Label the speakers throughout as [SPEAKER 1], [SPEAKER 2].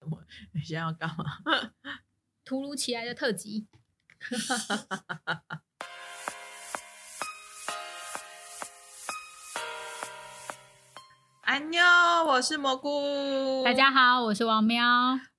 [SPEAKER 1] 你现在要干嘛？
[SPEAKER 2] 突如其来的特辑。
[SPEAKER 1] 安妞，我是蘑菇。
[SPEAKER 2] 大，家好，我是王喵。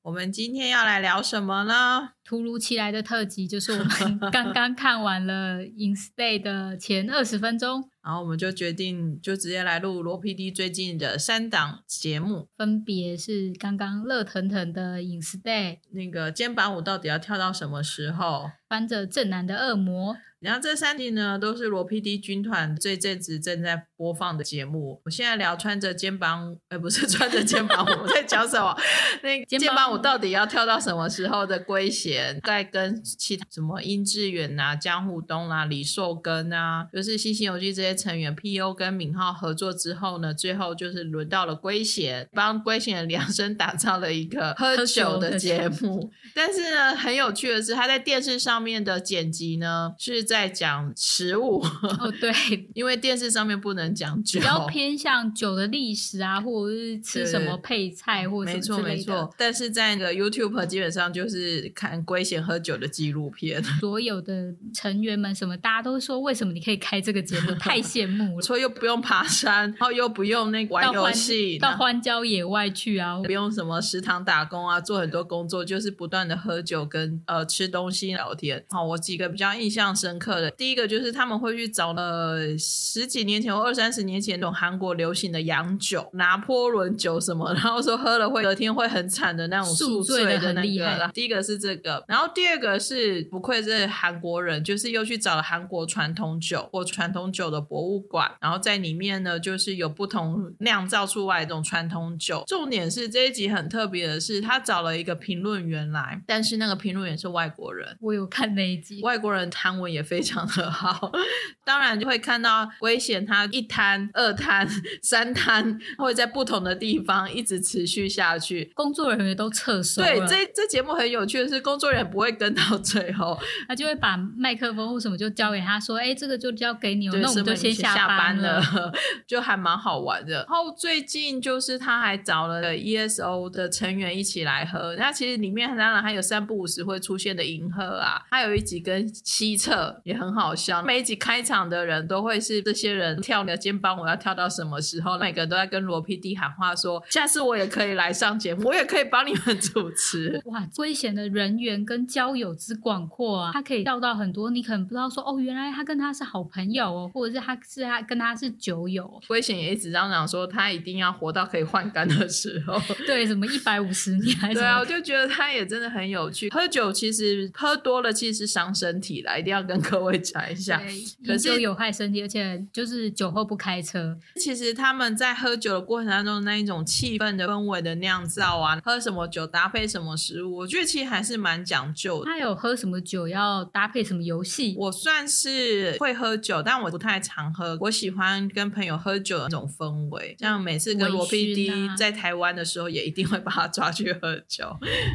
[SPEAKER 1] 我们今天要来聊什么呢？
[SPEAKER 2] 突如其来的特辑就是我们刚刚看完了《In Stay》的前二十分钟，
[SPEAKER 1] 然后我们就决定就直接来录罗 PD 最近的三档节目。
[SPEAKER 2] 分别是刚刚热腾腾的《In Stay》，
[SPEAKER 1] 那个肩膀舞到底要跳到什么时候？
[SPEAKER 2] 翻着正南的 恶魔，
[SPEAKER 1] 然后这三集呢，都是罗 PD 军团这阵子正在播放的节目。我现在聊穿着肩膀，呃，不是穿着肩膀舞，我在讲什么？那个
[SPEAKER 2] 肩膀
[SPEAKER 1] 肩膀舞到底要跳到什么时候的龟贤，在跟其他什么殷志远啊、江户东啊、李寿根啊，就是《新西游记》这些成员 P.O. 跟敏浩合作之后呢，最后就是轮到了龟贤，帮龟贤量身打造了一个喝
[SPEAKER 2] 喝
[SPEAKER 1] 酒
[SPEAKER 2] 酒
[SPEAKER 1] 的
[SPEAKER 2] 的
[SPEAKER 1] 节
[SPEAKER 2] 节
[SPEAKER 1] 目。 但是呢，很有趣的是，他在电视上面的剪辑呢是在讲食物，
[SPEAKER 2] 哦对，
[SPEAKER 1] 因为电视上面不能讲酒
[SPEAKER 2] 比。较偏向酒的历史啊，或者是吃什么配菜或者
[SPEAKER 1] 没
[SPEAKER 2] 什
[SPEAKER 1] 错
[SPEAKER 2] 么之
[SPEAKER 1] 没
[SPEAKER 2] 类的。
[SPEAKER 1] 错，但是在那个 YouTube 基本上就是看龟贤喝酒的纪录片。
[SPEAKER 2] 所有的成员们什么，大家都说为什么你可以开这个节目，太羡慕了。
[SPEAKER 1] 说又不用爬山，然后又不用那 个玩
[SPEAKER 2] 到
[SPEAKER 1] 游
[SPEAKER 2] 荒
[SPEAKER 1] 戏，
[SPEAKER 2] 到荒郊野外去啊，
[SPEAKER 1] 不用什么食堂打工啊，做很多工作，就是不断的喝酒跟呃吃东西聊天。好，我几个比较印象深刻的，第一个就是他们会去找呃十几年前或二三十年前那种韩国流行的洋酒、拿破仑酒什么，然后说喝了会隔天会很惨的那种宿
[SPEAKER 2] 宿
[SPEAKER 1] 醉
[SPEAKER 2] 醉的
[SPEAKER 1] 那
[SPEAKER 2] 很厉害
[SPEAKER 1] 个。第一个是这个，然后第二个是不愧是韩国人，就是又去找了韩国传统酒或传统酒的博物馆，然后在里面呢，就是有不同酿造出来的这种传统酒。重点是这一集很特别的是，他找了一个评论员来，但是那个评论员是外国人。
[SPEAKER 2] 我有看那一集，
[SPEAKER 1] 外国人韩文也非常的好，当然就会看到危险，它一摊、二摊、三摊，会在不同的地方一直持续下去。
[SPEAKER 2] 工作人员都撤收
[SPEAKER 1] 对，
[SPEAKER 2] 了，
[SPEAKER 1] 这这节目很有趣的是，工作人员不会跟到 最后，
[SPEAKER 2] 他就会把麦克风或什么就交给他说，哎，这个就交给你哦，
[SPEAKER 1] 对
[SPEAKER 2] 那我
[SPEAKER 1] 是
[SPEAKER 2] 们
[SPEAKER 1] 不
[SPEAKER 2] 就是先
[SPEAKER 1] 已经下
[SPEAKER 2] 班
[SPEAKER 1] 了， 就还蛮好玩的。然后最近就是他还找了 ESO 的成员一起来喝，那其实里面当然还有三不五时会出现的银喝啊，还有一集跟西澈也很好笑。每一集开场的人都会是这些人跳你的肩膀，我要跳到什么时候？每个人都在跟罗 PD 喊话说，下次我也可以来上节目，我也可以帮你们 主持。
[SPEAKER 2] 哇，危险的人员跟交友之广阔啊，他可以钓到很多你可能不知道说哦，原来他跟他是好朋友哦，或者是他是他跟他是酒友，哦
[SPEAKER 1] 危险也一直嚷嚷说他一定要活到可以换肝的时 候。
[SPEAKER 2] 对，什么一百五十年还是
[SPEAKER 1] 对
[SPEAKER 2] 什
[SPEAKER 1] 啊，
[SPEAKER 2] 么
[SPEAKER 1] 我就觉得他也真的很有趣。喝酒其实喝多了其实是伤身体啦，一定要跟各位讲一下。
[SPEAKER 2] 对，
[SPEAKER 1] 可是
[SPEAKER 2] 饮酒有害身体，而且就是酒后不开车，
[SPEAKER 1] 其实他们在喝酒的过程当中，那一种气氛的氛围的酿造啊，喝什么酒搭配什么食物，我觉得其实还是蛮讲究的。
[SPEAKER 2] 他有喝什么酒要搭配什么游戏，
[SPEAKER 1] 我算是会喝酒，但我不太常喝。我喜欢跟朋友喝酒的那种氛围，像每次跟罗
[SPEAKER 2] 微醺
[SPEAKER 1] PD
[SPEAKER 2] 啊
[SPEAKER 1] 在台湾的时候，也一定会把他抓去喝酒。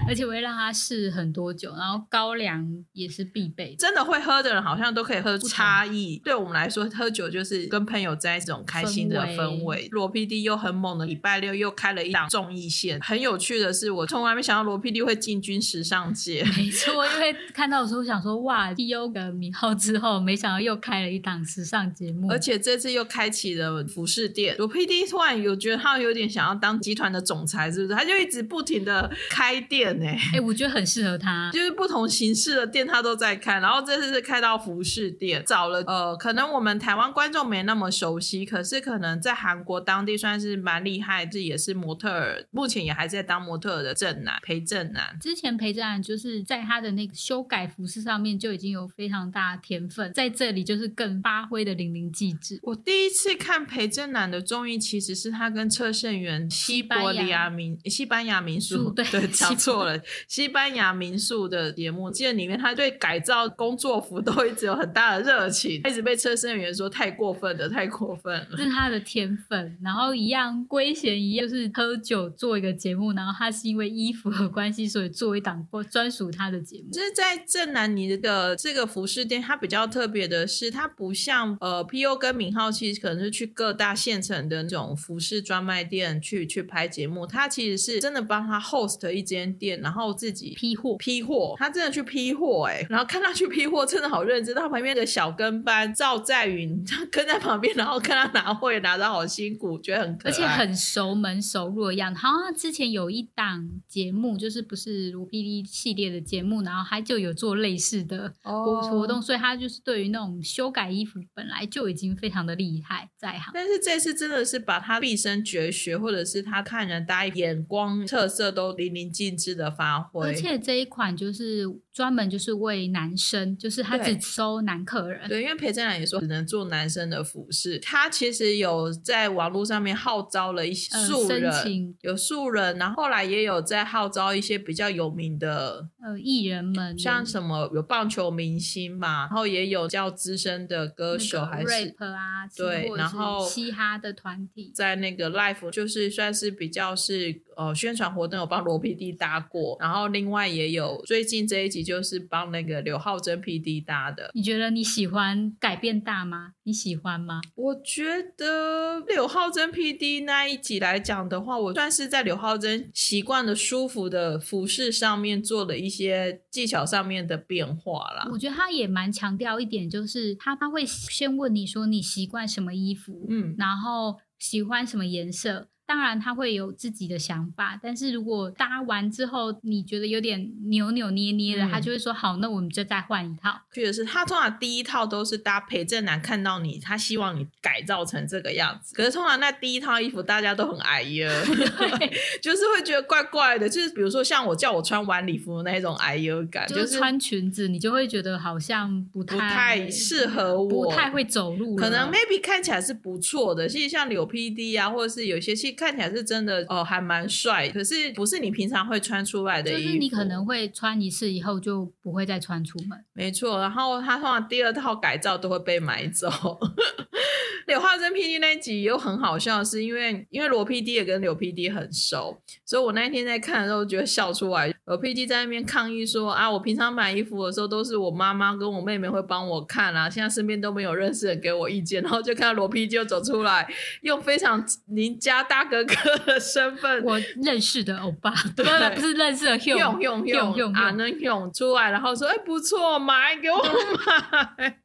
[SPEAKER 2] 而且我会让他试很多酒，然后高粱也是必备的。
[SPEAKER 1] 真的会喝的人好像都可以喝出差异。对我们来说，喝酒就是跟朋友在一种开心的氛
[SPEAKER 2] 氛
[SPEAKER 1] 围
[SPEAKER 2] 围。
[SPEAKER 1] 罗 PD 又很猛的，礼拜六又开了一档综艺线。很有趣的是，我从来没想到罗 PD 会进军时尚界。
[SPEAKER 2] 没错，因为看到的时候想说，哇，T.O. 的名号之后，没想到又开了一档时尚节目，
[SPEAKER 1] 而且这次又开启了服饰店，罗 PD 突然有觉得他有点想要当集团的总裁，是不是？他就一直不停的开店欸呢、
[SPEAKER 2] 哎、我觉得很适合他。
[SPEAKER 1] 就是不同形式的店他都在开，然后这次是开到服饰店，找了呃，可能我们台湾观众没那么熟悉，可是可能在韩国当地算是蛮厉害，这也是模特儿，目前也还在当模特儿的正男裴正男。
[SPEAKER 2] 之前裴正安就是在他的那个修改服饰上面就已经有非常大的天分，在这里就是更发挥的淋漓尽致。
[SPEAKER 1] 我第一次看裴正南的综艺，其实是他跟车胜元西伯利亚民西班牙嗯民宿
[SPEAKER 2] 宿 对
[SPEAKER 1] 对讲错了，西班牙民宿的节目，记得里面他对改造工作服都都一直有很大的热情，一直被车身员说太过分了，太过分了。
[SPEAKER 2] 这是他的天分。然后一样龟贤一样就是喝酒做一个节目，然后他是因为衣服的关系，所以做一档专属他的节目。
[SPEAKER 1] 就是在正南尼这个这个服饰店，它比较特别的是，它不像呃 PO 跟敏浩其实可能是去各大县城的那种服饰专卖店去去拍节目，它其实是真的帮他 host 一间店，然后自己
[SPEAKER 2] 批货，
[SPEAKER 1] 批货，他真的去批货哎、然后看他去批货真的好认真，他旁边的小跟班赵在云，他跟在旁边，然后看他拿货也拿的好辛苦，觉得很可爱，
[SPEAKER 2] 而且很熟门熟路的样子。好像之前有一档节目，就是不是卢 PD 系列的节目，然后他就有做类似的活
[SPEAKER 1] 哦
[SPEAKER 2] 活动，所以他就是对于那种修改衣服本来就已经非常的厉害在行。
[SPEAKER 1] 但是这次真的是把他毕生绝学，或者是他看人大眼光特色都淋漓尽致的发挥。
[SPEAKER 2] 而且这一款就是专门就是为男生，就是他
[SPEAKER 1] 对
[SPEAKER 2] 只收男客人。
[SPEAKER 1] 对，因为裴正然也说只能做男生的服饰，他其实有在网络上面号召了一些
[SPEAKER 2] 呃
[SPEAKER 1] 素人，
[SPEAKER 2] 申请
[SPEAKER 1] 有素人，然后后来也有在号召一些比较有名的，
[SPEAKER 2] 呃艺人们
[SPEAKER 1] 像什么有棒球明星嘛，然后也有较资深的歌
[SPEAKER 2] 那
[SPEAKER 1] 手，
[SPEAKER 2] 个
[SPEAKER 1] 还是
[SPEAKER 2] rap 啊，
[SPEAKER 1] 对
[SPEAKER 2] 或者
[SPEAKER 1] 然
[SPEAKER 2] 是
[SPEAKER 1] 后
[SPEAKER 2] 嘻哈的团体，
[SPEAKER 1] 在那个 Life 就是算是比较是呃宣传活动有帮罗 PD 搭过，然后另外也有最近这一集就是帮那个刘浩珍 PD 搭的。
[SPEAKER 2] 你觉得你喜欢改变大吗？你喜欢吗？
[SPEAKER 1] 我觉得刘浩珍 PD 那一集来讲的话，我算是在刘浩珍习惯的舒服的服饰上面做了一些技巧上面的变化啦。
[SPEAKER 2] 我觉得他也蛮强调一点，就是他他会先问你说你习惯什么衣服，
[SPEAKER 1] 嗯，
[SPEAKER 2] 然后喜欢什么颜色。当然，他会有自己的想法，但是如果搭完之后你觉得有点扭扭捏捏的，
[SPEAKER 1] 嗯
[SPEAKER 2] 他就会说好，那我们就再换一 套。
[SPEAKER 1] 确实是他通常第一套都是搭陪正男看到你，他希望你改造成这个样子。可是通常那第一套衣服大家都很哎呀， 就是会觉得怪怪的。就是比如说像我叫我穿晚礼服的那一种哎呀感，
[SPEAKER 2] 就
[SPEAKER 1] 就是是
[SPEAKER 2] 穿裙子，你就会觉得好像不太
[SPEAKER 1] 不太适合我，
[SPEAKER 2] 不太会走路了，
[SPEAKER 1] 可能 maybe 看起来是不错的，其实像柳 PD 啊，或者是有些戏看起来是真的哦，还蛮帅，可是不是你平常会穿出来的
[SPEAKER 2] 就
[SPEAKER 1] 衣服。
[SPEAKER 2] 是你可能会穿一次以后就不会再穿出 门。
[SPEAKER 1] 没错，然后他通常第二套改造都会被买走。柳化珍 PD 那一集又很好笑，是因为因为罗 PD 也跟柳 PD 很熟，所以我那一天在看的时候觉得笑出来。柳 PD 在那边抗议说啊，我平常买衣服的时候都是我妈妈跟我妹妹会帮我看啊，现在身边都没有认识人给我意见，然后就看到罗 PD 就走出来，用非常邻家大哥哥的身份
[SPEAKER 2] 我认识的欧巴，不是不是认识的 Hugh，
[SPEAKER 1] 用用
[SPEAKER 2] 用用
[SPEAKER 1] 啊，能用出来，然后说哎、不错，买给我买。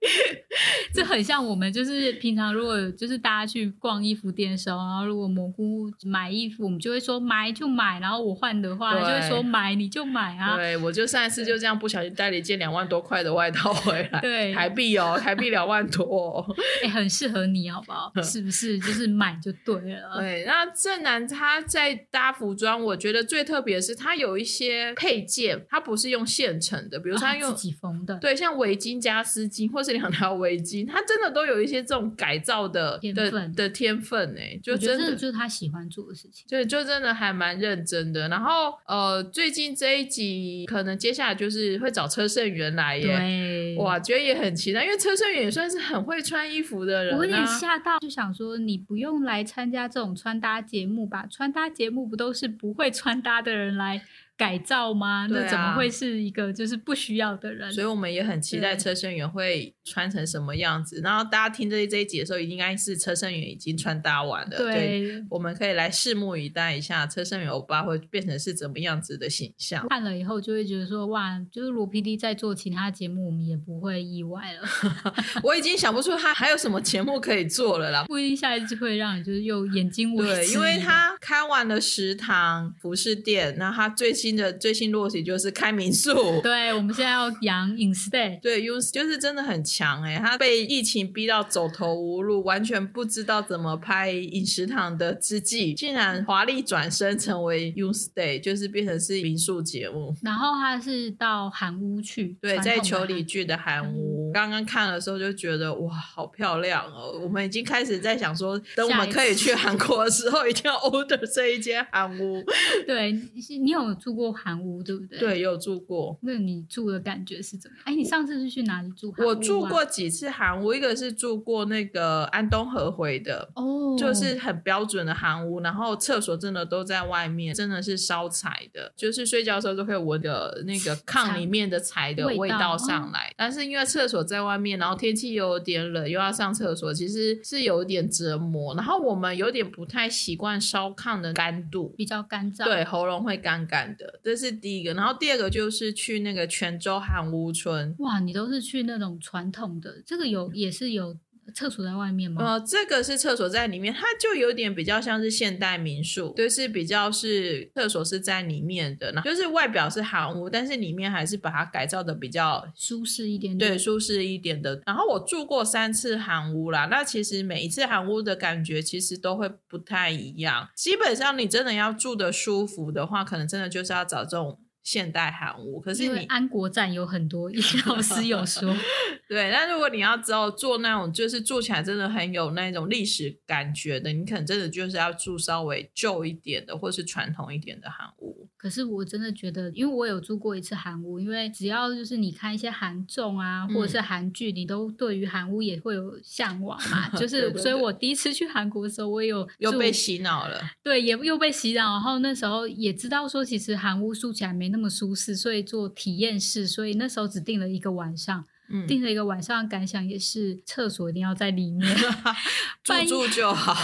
[SPEAKER 2] 这很像我们就是平常如果就是大家去逛衣服店的时候，然后如果蘑菇买衣服，我们就会说买就买，然后我换的话
[SPEAKER 1] 对
[SPEAKER 2] 就会说买你就买啊。
[SPEAKER 1] 对，我就上一次就这样不小心带了一件两万多块的外套回来，
[SPEAKER 2] 对，
[SPEAKER 1] 台
[SPEAKER 2] 哎、
[SPEAKER 1] 币哦，台币两万多、哦。
[SPEAKER 2] 很适合你，好不好？是不是？就是买就对 了。
[SPEAKER 1] 对，那正南他在搭服装，我觉得最特别的是他有一些配件，他不是用现成的，比如说他
[SPEAKER 2] 哦他
[SPEAKER 1] 用
[SPEAKER 2] 啊自。己缝的，
[SPEAKER 1] 对，像围巾加丝巾，或是两条围巾，他真的都有一些这种改造的
[SPEAKER 2] 天
[SPEAKER 1] 的
[SPEAKER 2] 分
[SPEAKER 1] 的天分哎、就
[SPEAKER 2] 我觉得
[SPEAKER 1] 真
[SPEAKER 2] 这
[SPEAKER 1] 的
[SPEAKER 2] 就是他喜欢做的事情。
[SPEAKER 1] 对，就真的还蛮认真的。然后呃，最近这一集可能接下来就是会找车胜元来耶，
[SPEAKER 2] 对，
[SPEAKER 1] 哇，觉得也很期待，因为车胜元也算是很会穿衣服的人、啊。
[SPEAKER 2] 我有点吓到，就想说你不用来参加这种穿搭节目吧？穿搭节目不都是不会穿搭的人来改造吗？
[SPEAKER 1] 对啊
[SPEAKER 2] 那怎么会是一个就是不需要的人？
[SPEAKER 1] 所以我们也很期待
[SPEAKER 2] 对
[SPEAKER 1] 车胜元会穿成什么样子。然后大家听这这一集的时候，应该是车胜元已经穿搭完了。
[SPEAKER 2] 对，
[SPEAKER 1] 我们可以来拭目以待一下，车胜元欧巴会变成是怎么样子的形象。
[SPEAKER 2] 看了以后就会觉得说，哇，就是罗 PD 在做其他节目，我们也不会意外了，
[SPEAKER 1] 我已经想不出他还有什么节目可以做了 啦。
[SPEAKER 2] 不一定下一次会让你就是又眼睛为
[SPEAKER 1] 对，
[SPEAKER 2] 之
[SPEAKER 1] 因为
[SPEAKER 2] 一亮
[SPEAKER 1] 他开完了食堂、服饰店，那他最新的最新落体就是开民 宿。
[SPEAKER 2] 对我们现在要养 instead。
[SPEAKER 1] 对 u 就是真的很强哎、他被疫情逼到走投无路，完全不知道怎么拍饮食堂的之际，竟然华丽转身成为 u Stay，就是变成是民宿节目。
[SPEAKER 2] 然后他是到韩屋去，
[SPEAKER 1] 对，
[SPEAKER 2] 传
[SPEAKER 1] 在
[SPEAKER 2] 统的嗯
[SPEAKER 1] 球
[SPEAKER 2] 韩
[SPEAKER 1] 里剧的韩屋，我刚刚看的时候就觉得哇，好漂亮哦！我们已经开始在想说，等我
[SPEAKER 2] 下
[SPEAKER 1] 们
[SPEAKER 2] 一
[SPEAKER 1] 可以
[SPEAKER 2] 次
[SPEAKER 1] 去韩国的时候，一定要 order 这一间韩屋。
[SPEAKER 2] 对，你你有住过韩屋对不对？，
[SPEAKER 1] 对，有住过。
[SPEAKER 2] 那你住的感觉是怎么样？哎，你上次是去哪里住韩屋啊？
[SPEAKER 1] 我住过几次韩屋，一个是住过那个安东和回的，
[SPEAKER 2] 哦，
[SPEAKER 1] 就是很标准的韩屋，然后厕所真的都在外面，真的是烧柴的，就是睡觉的时候都可以闻的那个炕
[SPEAKER 2] 柴
[SPEAKER 1] 里面的柴的
[SPEAKER 2] 味
[SPEAKER 1] 味
[SPEAKER 2] 道哦
[SPEAKER 1] 道上来。但是因为厕所在外面，然后天气又有点冷，又要上厕所，其实是有点折磨。然后我们有点不太习惯烧炕的干度，
[SPEAKER 2] 比较干燥。
[SPEAKER 1] 对，喉咙会干干的，这是第一个。然后第二个就是去那个泉州韩屋村，
[SPEAKER 2] 哇，你都是去那种传统的，这个有也是有厕所在外面吗？
[SPEAKER 1] 呃，这个是厕所在里面，它就有点比较像是现代民宿，就是比较是厕所是在里面的，那就是外表是韩屋，但是里面还是把它改造的比较
[SPEAKER 2] 舒适一点
[SPEAKER 1] 对
[SPEAKER 2] 点。
[SPEAKER 1] 舒适一点的。然后我住过三次韩屋啦，那其实每一次韩屋的感觉其实都会不太一样。基本上你真的要住的舒服的话，可能真的就是要找这种现代韩屋。可是
[SPEAKER 2] 因为
[SPEAKER 1] 你
[SPEAKER 2] 安国站有很多， 叶老师有说，
[SPEAKER 1] 对，但如果你要知道做那种就是住起来真的很有那种历史感觉的，你可能真的就是要住稍微旧一点的，或是传统一点的韩屋。
[SPEAKER 2] 可是我真的觉得，因为我有住过一次韩屋，因为只要就是你看一些韩综啊，
[SPEAKER 1] 嗯
[SPEAKER 2] 或者是韩剧，你都对于韩屋也会有向往 嘛。就
[SPEAKER 1] 对
[SPEAKER 2] 是，
[SPEAKER 1] 对
[SPEAKER 2] 所以
[SPEAKER 1] 对
[SPEAKER 2] 我第一次去韩国的时候，我也有
[SPEAKER 1] 又
[SPEAKER 2] 住
[SPEAKER 1] 被洗脑了，
[SPEAKER 2] 对，也又被洗脑。然后那时候也知道说，其实韩屋住起来没那么舒适，所以做体验式，所以那时候只订了一个晚上。
[SPEAKER 1] 嗯，
[SPEAKER 2] 订了一个晚上，感想也是厕所一定要在里面。
[SPEAKER 1] 住住就好，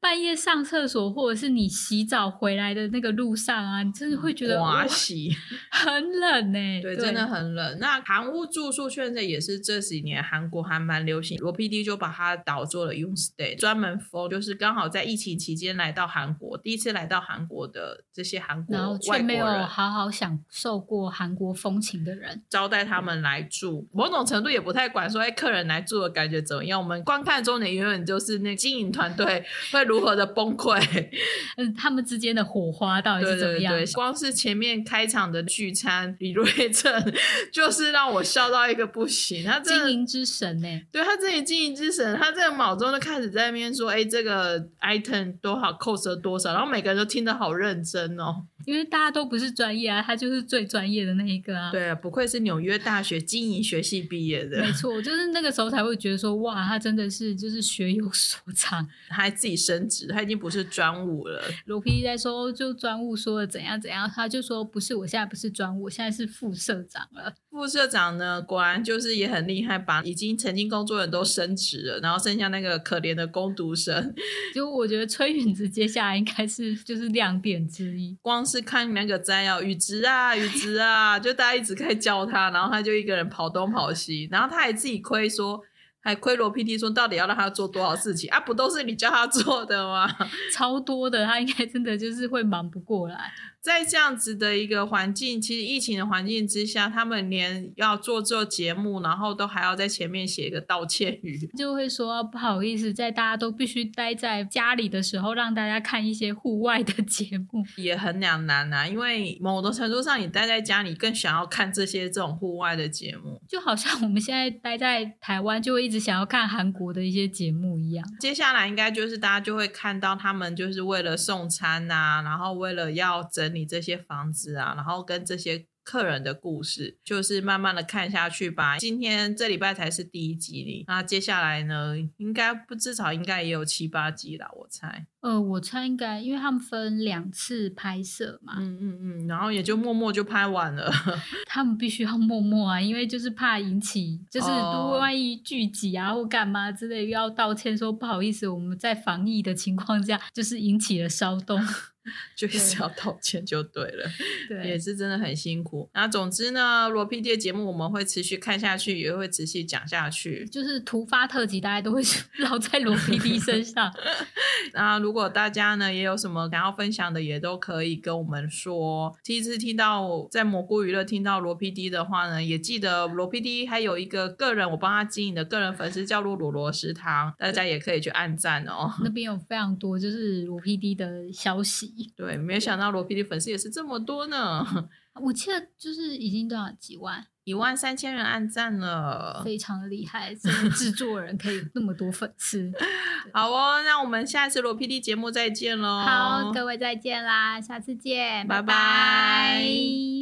[SPEAKER 2] 半夜上厕所，或者是你洗澡回来的那个路上啊，你真的 会觉得哇
[SPEAKER 1] 嗯哇，洗。
[SPEAKER 2] 很冷呢、欸
[SPEAKER 1] 对，真的很冷。那韩屋住宿现在也是这几年韩国还蛮流行，罗 PD 就把它导做了 Young Stay，专门 for 就是刚好在疫情期间来到韩国，第一次来到韩国的这些韩
[SPEAKER 2] 然
[SPEAKER 1] 国
[SPEAKER 2] 后却
[SPEAKER 1] 外国
[SPEAKER 2] 没有
[SPEAKER 1] 人，
[SPEAKER 2] 好好享受过韩国风情的人，
[SPEAKER 1] 招待他们来住，某种程度也不太管说哎客人来住的感觉怎么样。我们观看重点永远就是那经营团队会如何的崩 溃。
[SPEAKER 2] 嗯，他们之间的火花到底
[SPEAKER 1] 对
[SPEAKER 2] 是怎么
[SPEAKER 1] 对
[SPEAKER 2] 样？
[SPEAKER 1] 对，光是前面开场的聚餐李瑞正 就是让我笑到一个不行，他真的
[SPEAKER 2] 经营之神呢、欸
[SPEAKER 1] 对他自己经营之神，他这个脑中就开始在那边说，哎，这个 item 多少 cost 了多少，然后每个人都听得好认真哦。
[SPEAKER 2] 因为大家都不是专业啊，他就是最专业的那一个啊。
[SPEAKER 1] 对啊，不愧是纽约大学经营学系毕业的
[SPEAKER 2] 没，错，就是那个时候才会觉得说，哇，他真的是就是学有所长。
[SPEAKER 1] 他还自己升职，他已经不是专务了。
[SPEAKER 2] 罗 PD 在说，就专务说的怎样怎样，他就说不是，我现在不是专务，我现在是副社长了。
[SPEAKER 1] 副社长呢，果然就是也很厉害，把已经曾经工作的人都升职了，然后剩下那个可怜的工读生，
[SPEAKER 2] 就我觉得崔允植接下来应该是就是亮点之一。
[SPEAKER 1] 光是看那个摘要，雨植啊，雨植啊，就大家一直在叫他，然后他就一个人跑东跑西，然后他还自己亏说，还亏罗 PD 说到底要让他做多少事情啊？不都是你叫他做的吗？
[SPEAKER 2] 超多的，他应该真的就是会忙不过来。
[SPEAKER 1] 在这样子的一个环境，其实疫情的环境之下，他们连要做这节目，然后都还要在前面写一个道歉语。
[SPEAKER 2] 就会说不好意思，在大家都必须待在家里的时候，让大家看一些户外的节目。
[SPEAKER 1] 也很两难啊，因为某种程度上，你待在家里更想要看这些这种户外的节目。
[SPEAKER 2] 就好像我们现在待在台湾，就会一直想要看韩国的一些节目一样。
[SPEAKER 1] 接下来应该就是大家就会看到他们就是为了送餐啊，然后为了要整理这些房子啊，然后跟这些客人的故事，就是慢慢的看下去吧。今天这礼拜才是第一集里，那接下来呢，应该不至少应该也有七八集啦，我猜。
[SPEAKER 2] 呃，我猜应该，因为他们分两次拍摄嘛，
[SPEAKER 1] 嗯嗯嗯，然后也就默默就拍完了。
[SPEAKER 2] 他们必须要默默啊，因为就是怕引起，就是
[SPEAKER 1] 哦
[SPEAKER 2] 万一聚集啊或干嘛之类，又要道歉说不好意思，我们在防疫的情况下，就是引起了骚动。
[SPEAKER 1] 就是要道歉就对了，也
[SPEAKER 2] 对，
[SPEAKER 1] 是真的很辛苦。那总之呢，罗 PD 的节目我们会持续看下去，也会持续讲下去。
[SPEAKER 2] 就是突发特辑，大家都会 绕在罗 PD 身上。
[SPEAKER 1] 那如果大家呢也有什么想要分享的，也都可以跟我们说。第一次听到在蘑菇娱乐听到罗 PD 的话呢，也记得罗 PD 还有一个个人我帮他经营的个人粉丝叫做罗罗食堂，大家也可以去按赞哦。
[SPEAKER 2] 那边有非常多就是罗 PD 的消息，
[SPEAKER 1] 对，没有想到罗 PD 粉丝也是这么多呢，
[SPEAKER 2] 我记得就是已经多少几万。
[SPEAKER 1] 已一万三千人按赞了。
[SPEAKER 2] 非常的厉害，这个制作人可以那么多粉 丝。
[SPEAKER 1] 好哦，那我们下次罗 PD 节目再见喽。
[SPEAKER 2] 好，各位再见啦，下次见，
[SPEAKER 1] 哦拜
[SPEAKER 2] 拜
[SPEAKER 1] 拜
[SPEAKER 2] 拜